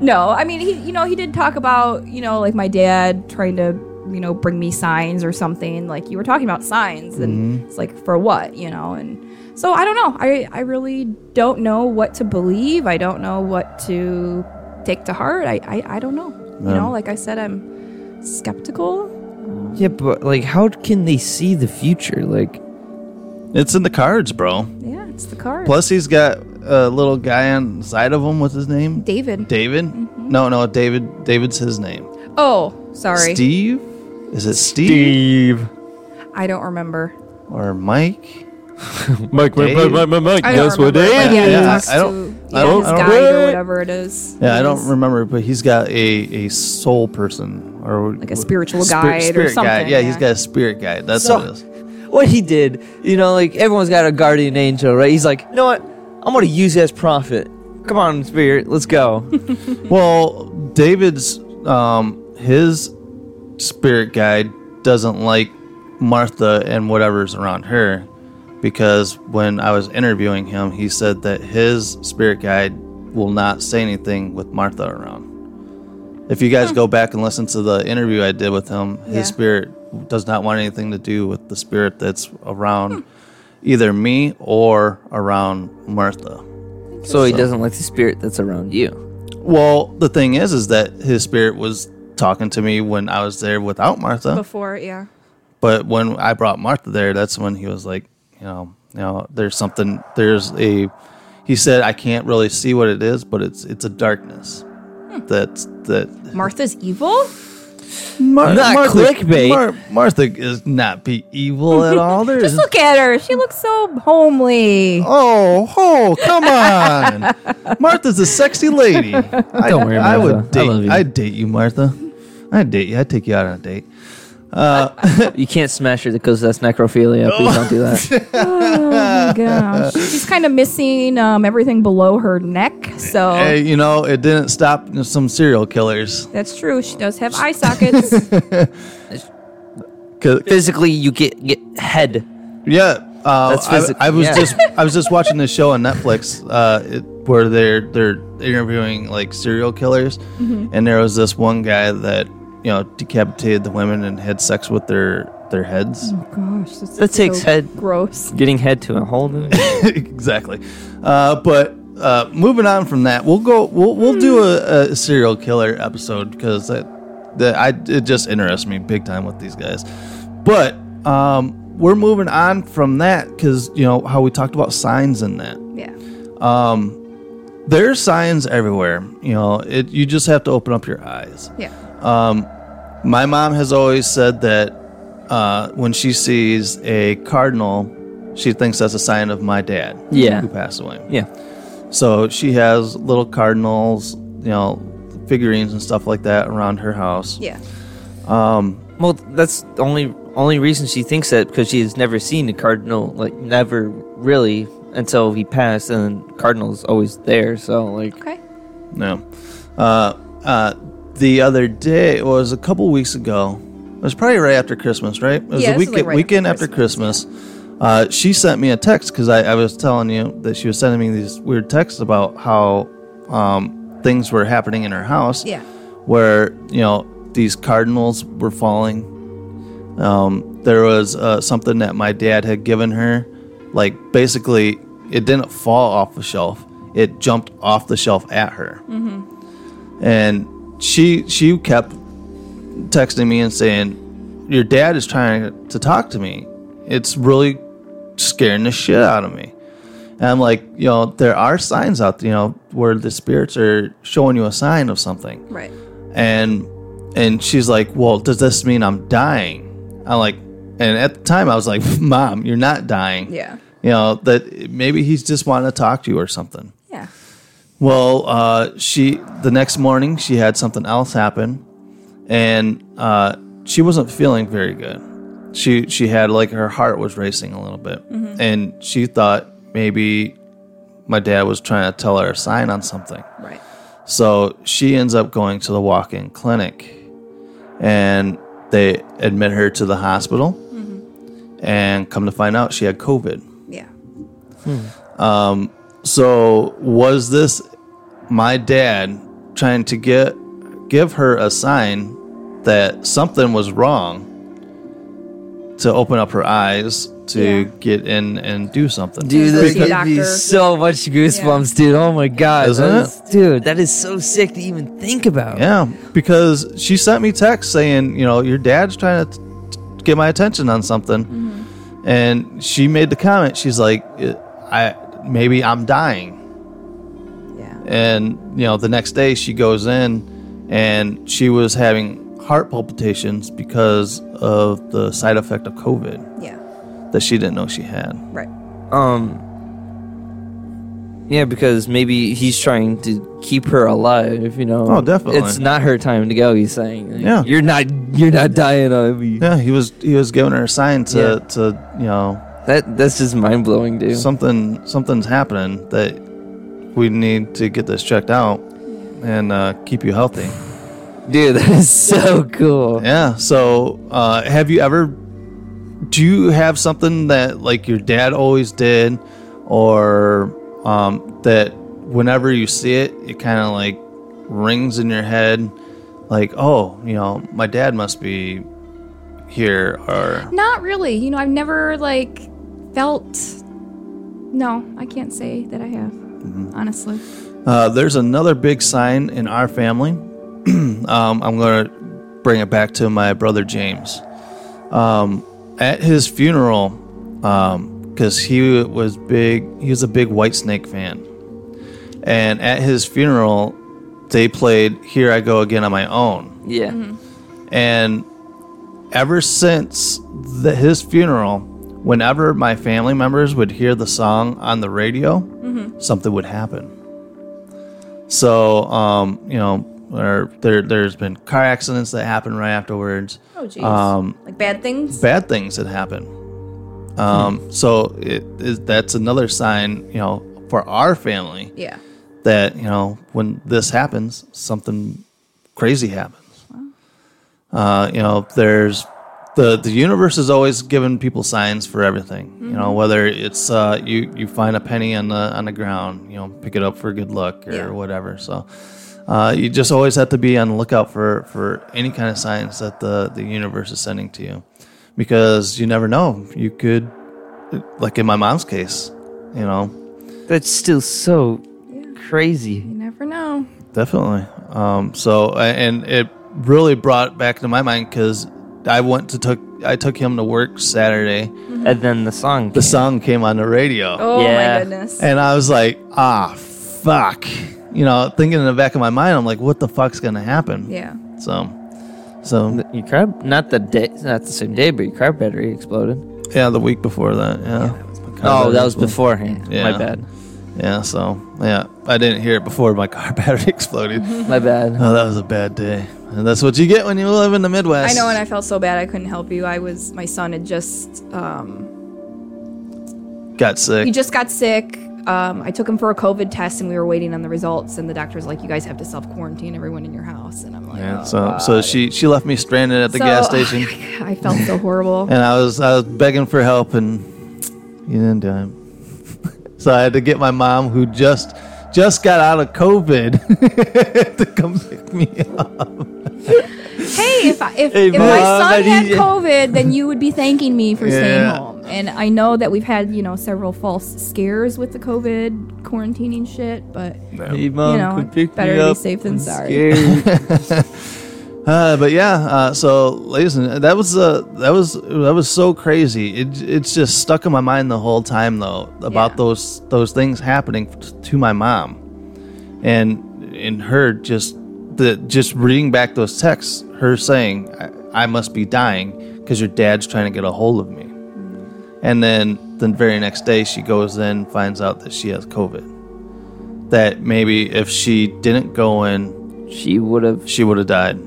no, I mean he, you know, he did talk about you know like my dad trying to you know bring me signs or something. Like you were talking about signs, and Mm-hmm. it's like for what you know, and so I don't know. I I really don't know what to believe. I don't know what to take to heart. I I, I don't know. You know, like I said, I'm skeptical. yeah, but like, how can they see the future? Like, It's in the cards, bro. Yeah, it's the card. Plus, he's got a little guy on the side of him. What's his name? David. David? Mm-hmm. No, no, David. David's his name. oh, sorry. Steve? Is it Steve, I don't remember. or Mike? Mike, Mike, Dave? Mike, Mike, Mike, Mike. I Guess don't what remember, day but it yeah, he Yeah, is? talks I don't- to- I yeah, don't- his I don't- guide or What? whatever it is. Yeah, I It don't is. remember, but he's got a a soul person or Like a spiritual guide or Guide. something, Yeah, he's yeah. got a spirit guide. That's So- what it is. what he did, you know, like everyone's got a guardian angel, right? He's like, you know what? I'm gonna use you as prophet. Come on, spirit, let's go. Well, David's um his spirit guide doesn't like Martha and whatever's around her because when I was interviewing him, he said that his spirit guide will not say anything with Martha around. If you guys go back and listen to the interview I did with him, Yeah. his spirit does not want anything to do with the spirit that's around either me or around Martha. so he doesn't like the spirit that's around you. Well, the thing is, is that his spirit was talking to me when I was there without Martha. before. Yeah, But when I brought Martha there, that's when he was like, you know, you know, there's something, there's a. He said, I can't really see what it is, but it's it's a darkness. Hmm. That's that. Martha's evil. Mar- Not clickbait. Martha is not be evil at Oh, all. There's Just look at her. She looks so homely. Oh, oh, come on. Martha's a sexy lady. I, Don't worry, I Martha. would I date love you. I'd date you, Martha. I'd date you. I'd take you out on a date. Uh, you can't smash it because that's necrophilia. Please don't do that. Oh my gosh. She's kind of missing um, everything below her neck. So Hey, you know, it didn't stop some serial killers. that's true. She does have eye sockets. 'Cause- Physically, you get, get head. Yeah, uh, That's I- physic- I, was yeah. just I was just watching this show on Netflix uh, it, where they're they're interviewing like serial killers, Mm-hmm. Mhm. and there was this one guy that you know decapitated the women and had sex with their their heads. Oh gosh, that's That takes so head. Gross. Getting head to a whole new. exactly. Uh, but uh, moving on from that, we'll go. We'll, we'll do a, a serial killer episode because that that I it just interests me big time with these guys. But um, we're moving on from that because you know how we talked about signs and that. Yeah. Um, there are signs everywhere. You know, it. You just have to open up your eyes. Yeah. Um, my mom has always said that uh, when she sees a cardinal, she thinks that's a sign of my dad, Yeah. who passed away. Yeah. So she has little cardinals, you know, figurines and stuff like that around her house. Yeah. Um, Well, that's the only only reason she thinks that because she has never seen a cardinal, like never really until he passed, and cardinal's always there. So like, okay, No. Uh, uh, the other day it was a couple weeks ago. It was probably right after Christmas, right? It was Yeah, the this is, weekend, like, right after weekend after Christmas. Uh, she sent me a text because I, I was telling you that she was sending me these weird texts about how um, things were happening in her house. Yeah. Where, you know, these cardinals were falling. Um, there was uh, something that my dad had given her. Like, basically, it didn't fall off the shelf, it jumped off the shelf at her Mm-hmm. and she she kept texting me and saying your dad is trying to talk to me it's really scaring the shit out of me and i'm like you know there are signs out there you know where the spirits are showing you a sign of something right. and and she's like well does this mean i'm dying i'm like and at the time i was like mom you're not dying Yeah. you know that maybe he's just wanting to talk to you or something Yeah. well, uh, she the next morning she had something else happen, and uh, she wasn't feeling very good. She she had like her heart was racing a little bit, Mhm. and she thought maybe my dad was trying to tell her a sign on something. Right. So she ends up going to the walk-in clinic, and they admit her to the hospital, and come to find out she had COVID. Mm-hmm. Yeah. Um, so was this my dad trying to get give her a sign that something was wrong to open up her eyes to get in and do something? dude, Because- that gives me so much goosebumps, dude. Oh my god, Isn't it? that is- dude, that is so sick to even think about. Yeah, because she sent me text saying, you know, your dad's trying to t- t- get my attention on something, Mm-hmm. and she made the comment. She's like, "I- I maybe I'm dying. Yeah. And you know, the next day she goes in, and she was having heart palpitations because of the side effect of COVID Yeah. that she didn't know she had. Right. Um. Yeah, because maybe he's trying to keep her alive. You know. Oh, definitely. It's not her time to go. He's saying. Like, Yeah. You're not. You're not dying on me. Yeah, he was he was giving her a sign to Yeah. to you know that that's just mind blowing, dude. Something something's happening that we need to get this checked out and uh, keep you healthy, dude. That is so cool. Yeah. So, uh, have you ever? Do you have something that like your dad always did, or um, that whenever you see it, it kind of like rings in your head, like oh, you know, my dad must be here, or Not really. You know, I've never like felt. No, I can't say that I have. Mm-hmm. Honestly. Uh, there's another big sign in our family. um, I'm going to bring it back to my brother James. Um, at his funeral, because he was big, he was a big White Snake fan, and at his funeral, they played "Here I Go Again on My Own," Yeah. Mm-hmm. and ever since the, his funeral, whenever my family members would hear the song on the radio, Mhm. something would happen. So, um, you know, or there there's been car accidents that happen right afterwards. Oh, jeez. Uh, Um, like bad things. bad things that happen. Um, So it is that's another sign, you know, for our family Yeah. that you know when this happens, something crazy happens. Uh, you know, there's the the universe is always giving people signs for everything. You know, Mhm. whether it's uh, you you find a penny on the on the ground, you know, pick it up for good luck or Yeah. whatever. So. Uh, you just always have to be on the lookout for, for any kind of signs that the, the universe is sending to you because you never know. You could, like in my mom's case, you know. That's still so crazy. You never know. Definitely. Um, so, a- and it really brought back to my mind because I went to took I took him to work Saturday, and then the song the song came on the radio. Mm-hmm. Oh, my Yeah. goodness. And I was like, ah, fuck. You know, thinking in the back of my mind, I'm like, what the fuck's gonna happen? Yeah. So, so your car not the day not the same day, but your car battery exploded. Yeah, the week before that. Yeah. Oh, that was beforehand. Yeah. My bad. Yeah. So yeah, I didn't hear it before my car battery exploded. My bad. Oh, that was a bad day. And that's what you get when you live in the Midwest. I know, and I felt so bad I couldn't help you. I was my son had just um, Got sick. he just got sick. Um, I took him for a COVID test, and we were waiting on the results. And the doctor's like, "You guys have to self quarantine everyone in your house." And I'm like, yeah. So so she she left me stranded at the So- gas station, Oh, I felt so horrible. and I was I was begging for help, and you didn't do it. so I had to get my mom, who just just got out of COVID, to come pick me up. hey, if I, if, Hey, if Mom, my son that he- had COVID, then you would be thanking me for staying Yeah. home. And I know that we've had you know several false scares with the COVID quarantining shit, but Hey, Mom, you know, come pick me better to be up. safe than I'm sorry. scared. uh, but yeah, uh, so ladies and that was uh, that was that was so crazy. It, it's just stuck in my mind the whole time though about those those things happening t- to my mom, and in her just the just reading back those texts, her saying, "I, I must be dying because your dad's trying to get a hold of me," and then the very next day she goes in finds out that she has COVID that maybe if she didn't go in, she would have she would have died.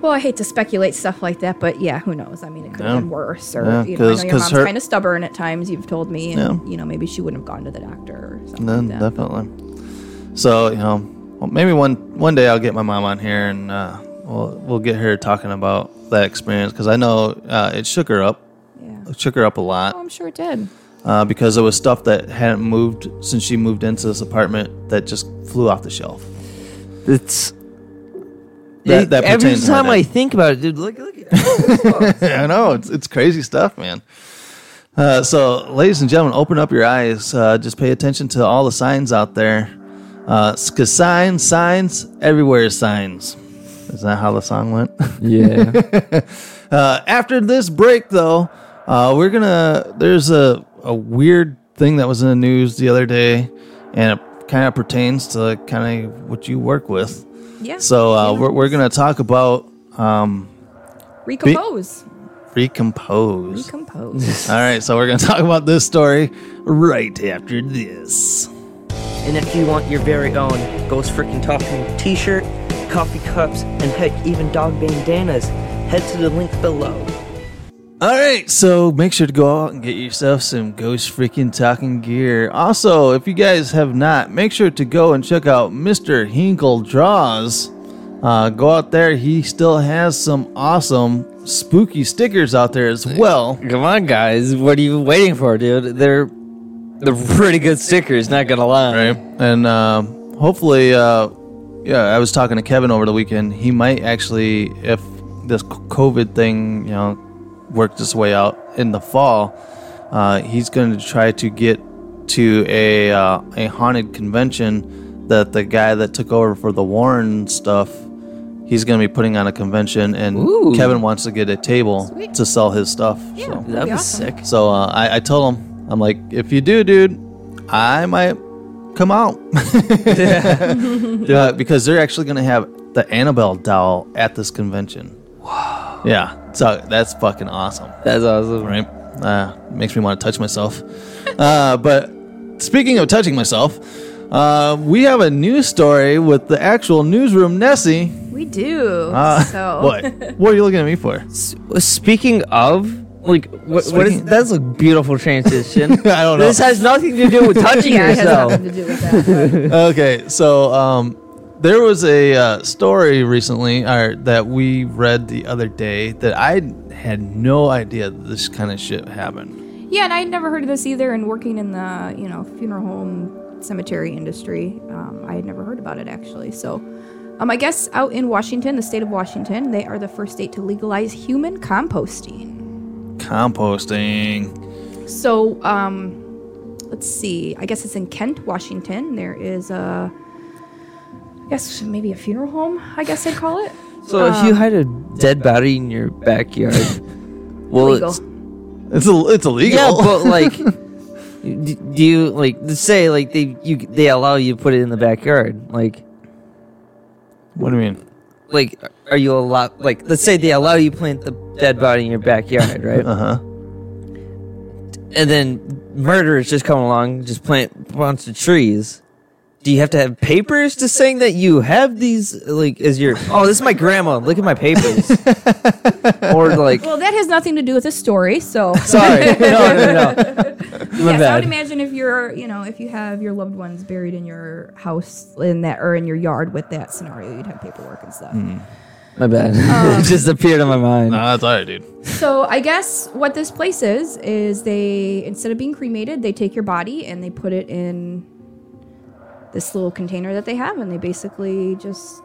Well, I hate to speculate stuff like that, but yeah, who knows? I mean, it could have Yeah. been worse, or Yeah, you know, I 'cause- know your 'cause mom's her- kind of stubborn at times. You've told me, and Yeah. you know, maybe she wouldn't have gone to the doctor. Or something No, like that. definitely. So you know, well, maybe one one day I'll get my mom on here and uh, we'll we'll get her talking about that experience because I know uh, it shook her up. Yeah, it shook her up a lot. Oh, I'm sure it did. uh, because it was stuff that hadn't moved since she moved into this apartment that just flew off the shelf. It's that, that Every pertains to her time dad. I think about it, dude, look, look at I know it's it's crazy stuff, man. Uh, so, ladies and gentlemen, open up your eyes. Uh, just pay attention to all the signs out there. Uh, 'cause signs, signs, everywhere is signs. Is that how the song went? Yeah. uh, after this break, though, uh, we're gonna. There's a a weird thing that was in the news the other day, and it kind of pertains to kind of what you work with. Yeah. So uh, we're we're gonna talk about. Um, Recompose. Recompose. Recompose. All right, so we're going to talk about this story right after this. And if you want your very own Ghost Freaking Talking t shirt, coffee cups, and heck, even dog bandanas, head to the link below. All right, so make sure to go out and get yourself some Ghost Freaking Talking gear. Also, if you guys have not, make sure to go and check out Mr. Hinkle Draws. Uh, go out there, he still has some awesome spooky stickers out there as well. Come on, guys. What are you waiting for, dude? They're they're pretty good stickers, not gonna lie. Right. And uh, hopefully, uh, yeah, I was talking to Kevin over the weekend. He might actually, if this c- COVID thing, you know, works its way out in the fall, uh, he's going to try to get to a uh, a haunted convention that the guy that took over for the Warren stuff. He's going to be putting on a convention, and Ooh. Kevin wants to get a table to sell his stuff. Yeah, so. that'd be awesome. sick. So uh, I, I told him, I'm like, if you do, dude, I might come out. Uh, because they're actually going to have the Annabelle doll at this convention. Wow. Yeah. So that's fucking awesome. That's awesome. Right? Uh, makes me want to touch myself. uh, but speaking of touching myself, Uh, we have a news story with the actual newsroom Nessie. We do. Uh, so what? What are you looking at me for? Speaking of, like, what, what is that's a beautiful transition. I don't know. This has nothing to do with touching yeah, it has yourself. nothing to do with that. okay, so um, there was a uh, story recently or, that we read the other day that I had no idea this kind of shit happened. Yeah, and I had never heard of this either. And working in the you know funeral home cemetery industry, um, I had never heard about it actually. So, um, I guess out in Washington, the state of Washington, they are the first state to legalize human composting. Composting. So, um, let's see. I guess it's in Kent, Washington. There is a, I guess maybe a funeral home. I guess they call it. So if Um, you had a dead body in your backyard, well, Illegal. it's, it's a, it's illegal. Yeah, but like, d- do you like let's say like they you they allow you to put it in the backyard? Like, What do you mean? like are you allowed? Like, let's say they allow you to plant the dead body in your backyard, right? Uh huh. And then murderers just come along, just plant bunch of trees. Do you have to have papers to saying that you have these? Like, as your oh, this is my grandma. Look at my papers, or like Well, that has nothing to do with the story. So Sorry. No, no, no. My yes, I bad. would imagine if you're, you know, if you have your loved ones buried in your house in that or in your yard with that scenario, you'd have paperwork and stuff. Mm. Um, My bad. it just appeared in my mind. Nah, that's alright, dude. So I guess what this place is is they instead of being cremated, they take your body and they put it in this little container that they have, and they basically just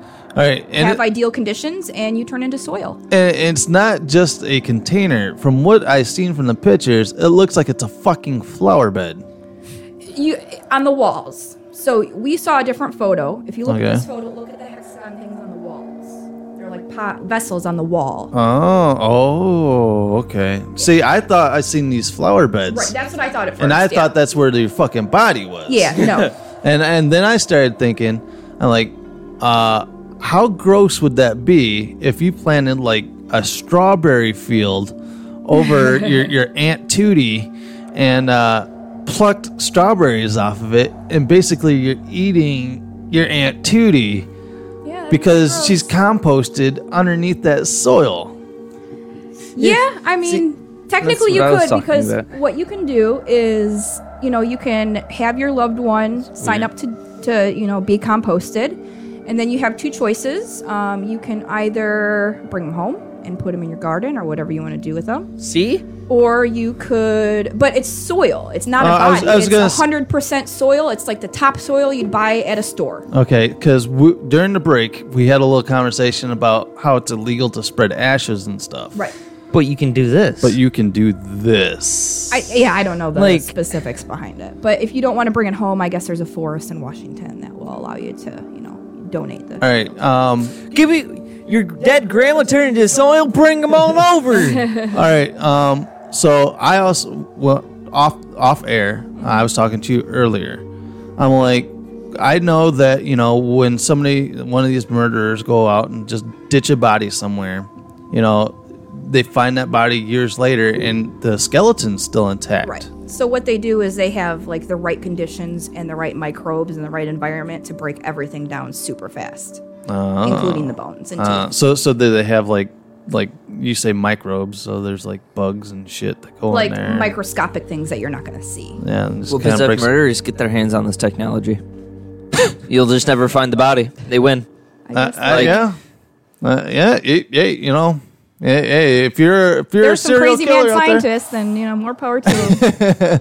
All right, and have it- ideal conditions, and you turn into soil. And it's not just a container. From what I've seen from the pictures, it looks like it's a fucking flower bed. You on the walls. So we saw a different photo. If you look Okay. at this photo, look at the hexagon things on the walls. They're like pot vessels on the wall. Oh, oh, okay. See, I thought I seen these flower beds, Right, that's what I thought at first. and I yeah. thought that's where the fucking body was. Yeah, no. and and then I started thinking, I'm like, uh, how gross would that be if you planted like a strawberry field over your your aunt Tootie and uh, plucked strawberries off of it, and basically you're eating your aunt Tootie because she's composted underneath that soil. Yeah, I mean, technically that's you what I was could talking because about. what you can do is, you know, you can have your loved one sign up to, to you know, be composted, and then you have two choices. Um, you can either bring them home and put them in your garden or whatever you want to do with them, See? or you could, but it's soil. It's not Uh, a I was- body. I was gonna it's s- hundred percent soil. It's like the top soil you'd buy at a store. Okay, because during the break we had a little conversation about how it's illegal to spread ashes and stuff. Right. But you can do this. But you can do this. I, yeah, I don't know the Like- specifics behind it, but if you don't want to bring it home, I guess there's a forest in Washington that will allow you to, you know, donate the. All right. Um. Give me your dead grandma turned into soil. Bring them all over. All right. Um. So I also well off off air. I was talking to you earlier. I'm like, I know that you know when somebody one of these murderers go out and just ditch a body somewhere, you know, they find that body years later and the skeleton's still intact. Right. So what they do is they have like the right conditions and the right microbes and the right environment to break everything down super fast. Uh, Including the bones and uh, teeth. so so do they have like like you say microbes? So there's like bugs and shit that go like in there. microscopic things that you're not going to see. Yeah, and just Well, kinda because if breaks- murderers get their hands on this technology, you'll just never find the body. They win. Uh, uh, yeah, uh, yeah, y- yeah. You know, hey, hey, if you're if you're There's a some serial crazy mad killer out there, scientists, and you know, more power to 'em.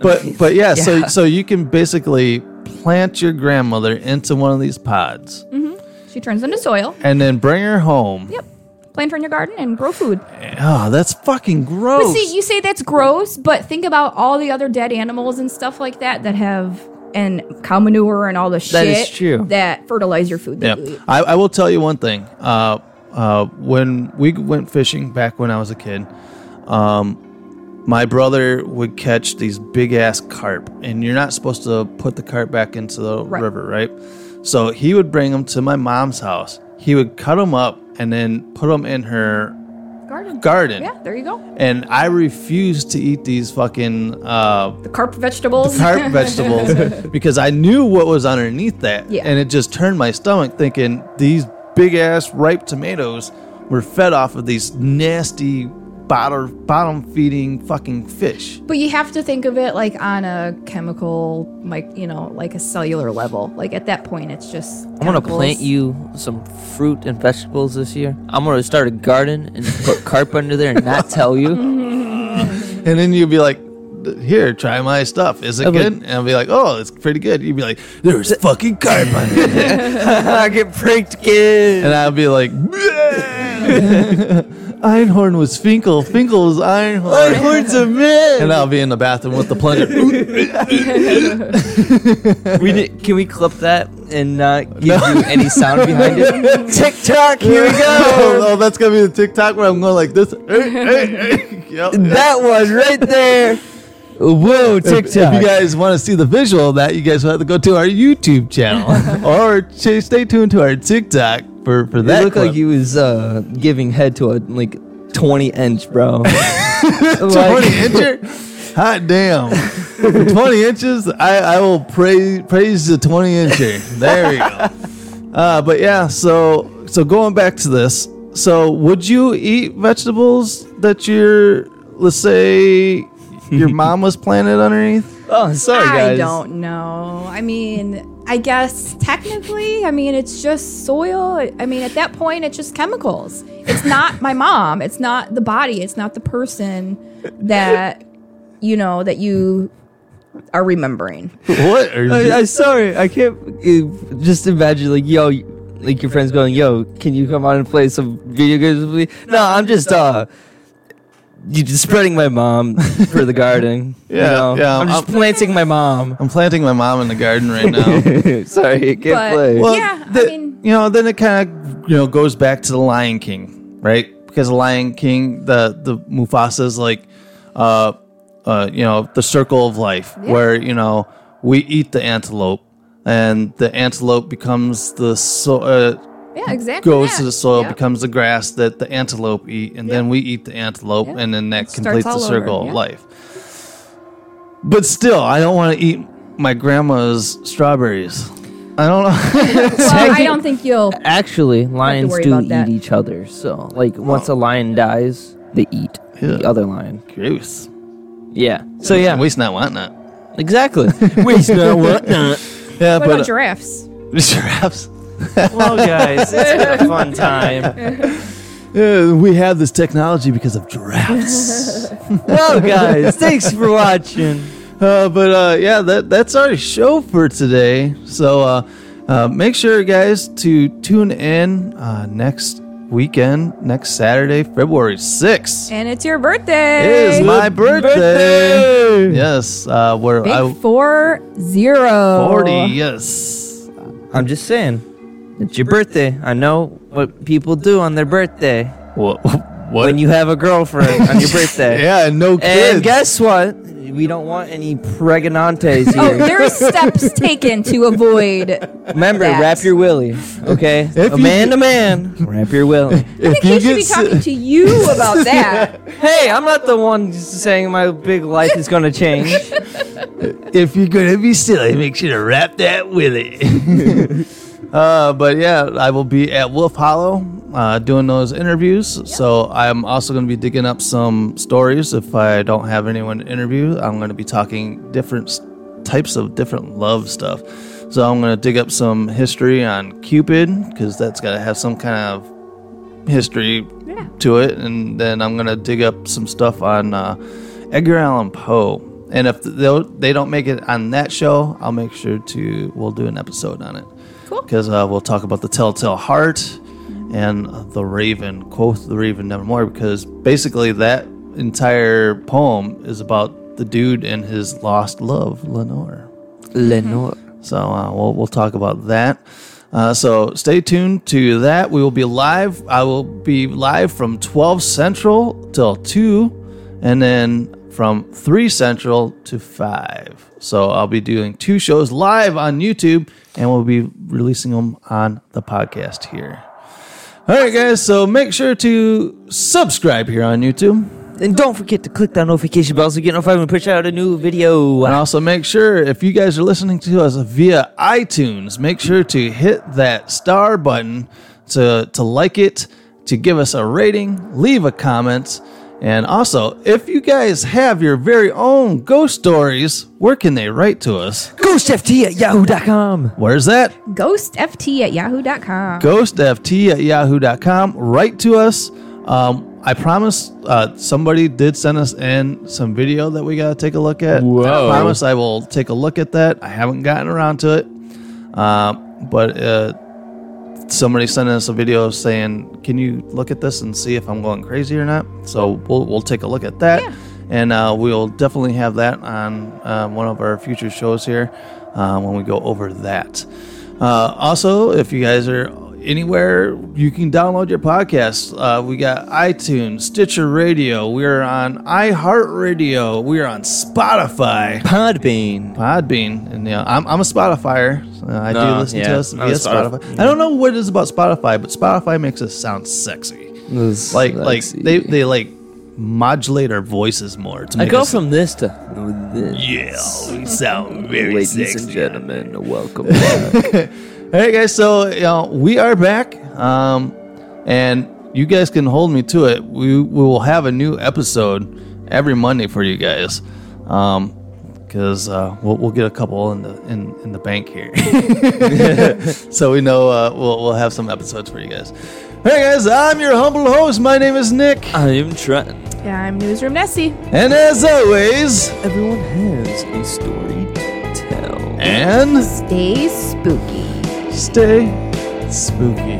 but but yeah, so Yeah. so you can basically plant your grandmother into one of these pods Mm-hmm. She turns into soil. and then bring her home. Yep. Plant her in your garden and grow food. Oh, that's fucking gross. But see, you say that's gross, but think about all the other dead animals and stuff like that that have and cow manure and all the shit That is true. that fertilize your food that you yeah. eat. I, I will tell you one thing. Uh, uh, when we went fishing back when I was a kid, um, my brother would catch these big ass carp, and you're not supposed to put the carp back into the Right. river, right? So he would bring them to my mom's house. He would cut them up and then put them in her garden. garden. Yeah, there you go. And I refuse to eat these fucking uh, The carp vegetables. carp vegetables because I knew what was underneath that. Yeah. And it just turned my stomach thinking these big ass ripe tomatoes were fed off of these nasty bottom bottom feeding fucking fish. But you have to think of it like on a chemical, like you know, like a cellular level. Like at that point, it's just. I'm gonna chemicals. plant you some fruit and vegetables this year. I'm gonna start a garden and put carp under there and not tell you. And then you'd be like here, try my stuff. Is it I'll be good? like- and I'll be like, oh, it's pretty good. You'd be like, there's fucking carp on it. I get pranked, kid. And I'd be like, Einhorn was Finkel. Finkel was Einhorn. Einhorn's a man. And I'll be in the bathroom with the plunger. we did, can we clip that and not give you any sound behind it? TikTok, here we oh, go. no, that's gonna be the TikTok where I'm going like this. Hey, hey, hey. Yep. That was right there. Whoa, If- TikTok. If you guys want to see the visual of that, you guys will have to go to our YouTube channel or ch- stay tuned to our TikTok for for that. It looked clip. like you was uh, giving head to a like twenty inch, bro. Like- 20 incher? Hot damn. 20 inches? I, I will praise praise the 20 incher. There we go. Uh, but yeah, so so going back to this. So would you eat vegetables that your let's say your mom was planted underneath? Oh, sorry I don't know. I mean, I guess technically, I mean, it's just soil. I mean, at that point, it's just chemicals. It's not my mom. It's not the body. It's not the person that, you know, that you are remembering. What are I, I'm sorry, I can't uh, just imagine like yo, like your friends going, yo, can you come on and play some video games with me? No, I'm just uh, you just spreading my mom for the garden. you Yeah, know? yeah, um, I'm just I'm- planting my mom. I'm planting my mom in the garden right now. sorry, I can't But play. yeah, the- I mean, you know, then it kind of you know goes back to the Lion King, right? Because the Lion King, the the Mufasa's like, uh, uh, you know, the circle of life, where you know we eat the antelope, and the antelope becomes the so. Uh, yeah, exactly. Goes that. to the soil, Yeah. becomes the grass that the antelope eat, and then we eat the antelope, Yeah. and then that Starts completes the all circle over, of yeah. life. But still, I don't want to eat my grandma's strawberries. I don't know. well, I don't think you'll. Actually, lions worry do about eat that. each other. So, like, once a lion dies, they eat the other lion. Gross. Yeah. So yeah, Waste not, want not. exactly. Waste not, want not. Yeah, What but about giraffes? uh, giraffes. Well, guys, it's been a fun time. Yeah, we have this technology because of giraffes. Well, guys, thanks for watching. Uh, but uh, yeah, that that's our show for today. So uh, uh, make sure, guys, to tune in uh, next weekend, next Saturday, February 6th. And it's your birthday. It is my birthday. birthday. Yes, uh, where Big Oh. I four zero. 40. Yes. I'm just saying, it's your birthday. I know what people do on their birthday What? what? when you have a girlfriend on your birthday. yeah, no kids. And guess what? We don't want any pregnantes Oh, here. there are steps taken to avoid Remember, that. wrap your willy, okay? If a you- man to man, wrap your willy. I think he should be talking to you uh, about that. hey, I'm not the one saying my big life is going to change. if you're gonna be silly, make sure to wrap that with it. uh, but yeah, I will be at Wolf Hollow uh, doing those interviews. So I'm also gonna be digging up some stories. If I don't have anyone to interview, I'm gonna be talking different s- types of different love stuff. So I'm gonna dig up some history on Cupid because that's gotta have some kind of history to it, and then I'm gonna dig up some stuff on uh, Edgar Allan Poe. And if they they don't make it on that show, I'll make sure to we'll do an episode on it. Cool. Because uh, we'll talk about the Telltale Heart and uh, the Raven. Quoth the Raven nevermore. Because basically that entire poem is about the dude and his lost love, Lenore. Lenore. So uh, we'll, we'll talk about that. Uh, so stay tuned to that. We will be live. I will be live from 12 Central till 2, and then from 3 Central to 5. So I'll be doing two shows live on YouTube, and we'll be releasing them on the podcast here. All right, guys. So make sure to subscribe here on YouTube. And don't forget to click that notification bell so you get notified when we push out a new video. And also make sure if you guys are listening to us via iTunes, make sure to hit that star button to to like it, to give us a rating, leave a comment, and also if you guys have your very own ghost stories, where can they write to us? GhostFT at yahoo.com. Where's that? GhostFT at yahoo.com. GhostFT at yahoo.com. Write to us. Um, I promise uh, somebody did send us in some video that we got to take a look at. Whoa. I promise I will take a look at that. I haven't gotten around to it. Um, but uh, somebody sent us a video saying, can you look at this and see if I'm going crazy or not? So we'll, we'll take a look at that. Yeah. And uh, we'll definitely have that on uh, one of our future shows here uh, when we go over that. Uh, also, if you guys are anywhere you can download your podcast. Uh, we got iTunes, Stitcher Radio. We're on iHeartRadio. We're on Spotify, Podbean, Podbean. And yeah, I'm, I'm a Spotifyer. So I No, do listen yeah, to us I'm a via Spotif- Spotify. I don't know what it is about Spotify, but Spotify makes us sound sexy. It's Like like sexy. they they like modulate our voices more. To I make go us, from this to yeah, we sound very Ladies sexy. and gentlemen, welcome back. All right, guys. So you know, we are back, um, and you guys can hold me to it. We, we will have a new episode every Monday for you guys, because uh, we'll, we'll get a couple in the in, in the bank here, so we know uh, we'll we'll have some episodes for you guys. All right, guys. I'm your humble host. My name is Nick, I am Trenton. Yeah, I'm Newsroom Nessie. and as always, everyone has a story to tell. and Stay spooky. stay spooky.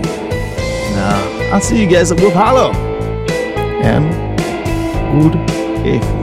Now, I'll see you guys at Wolf Hollow. And good evening.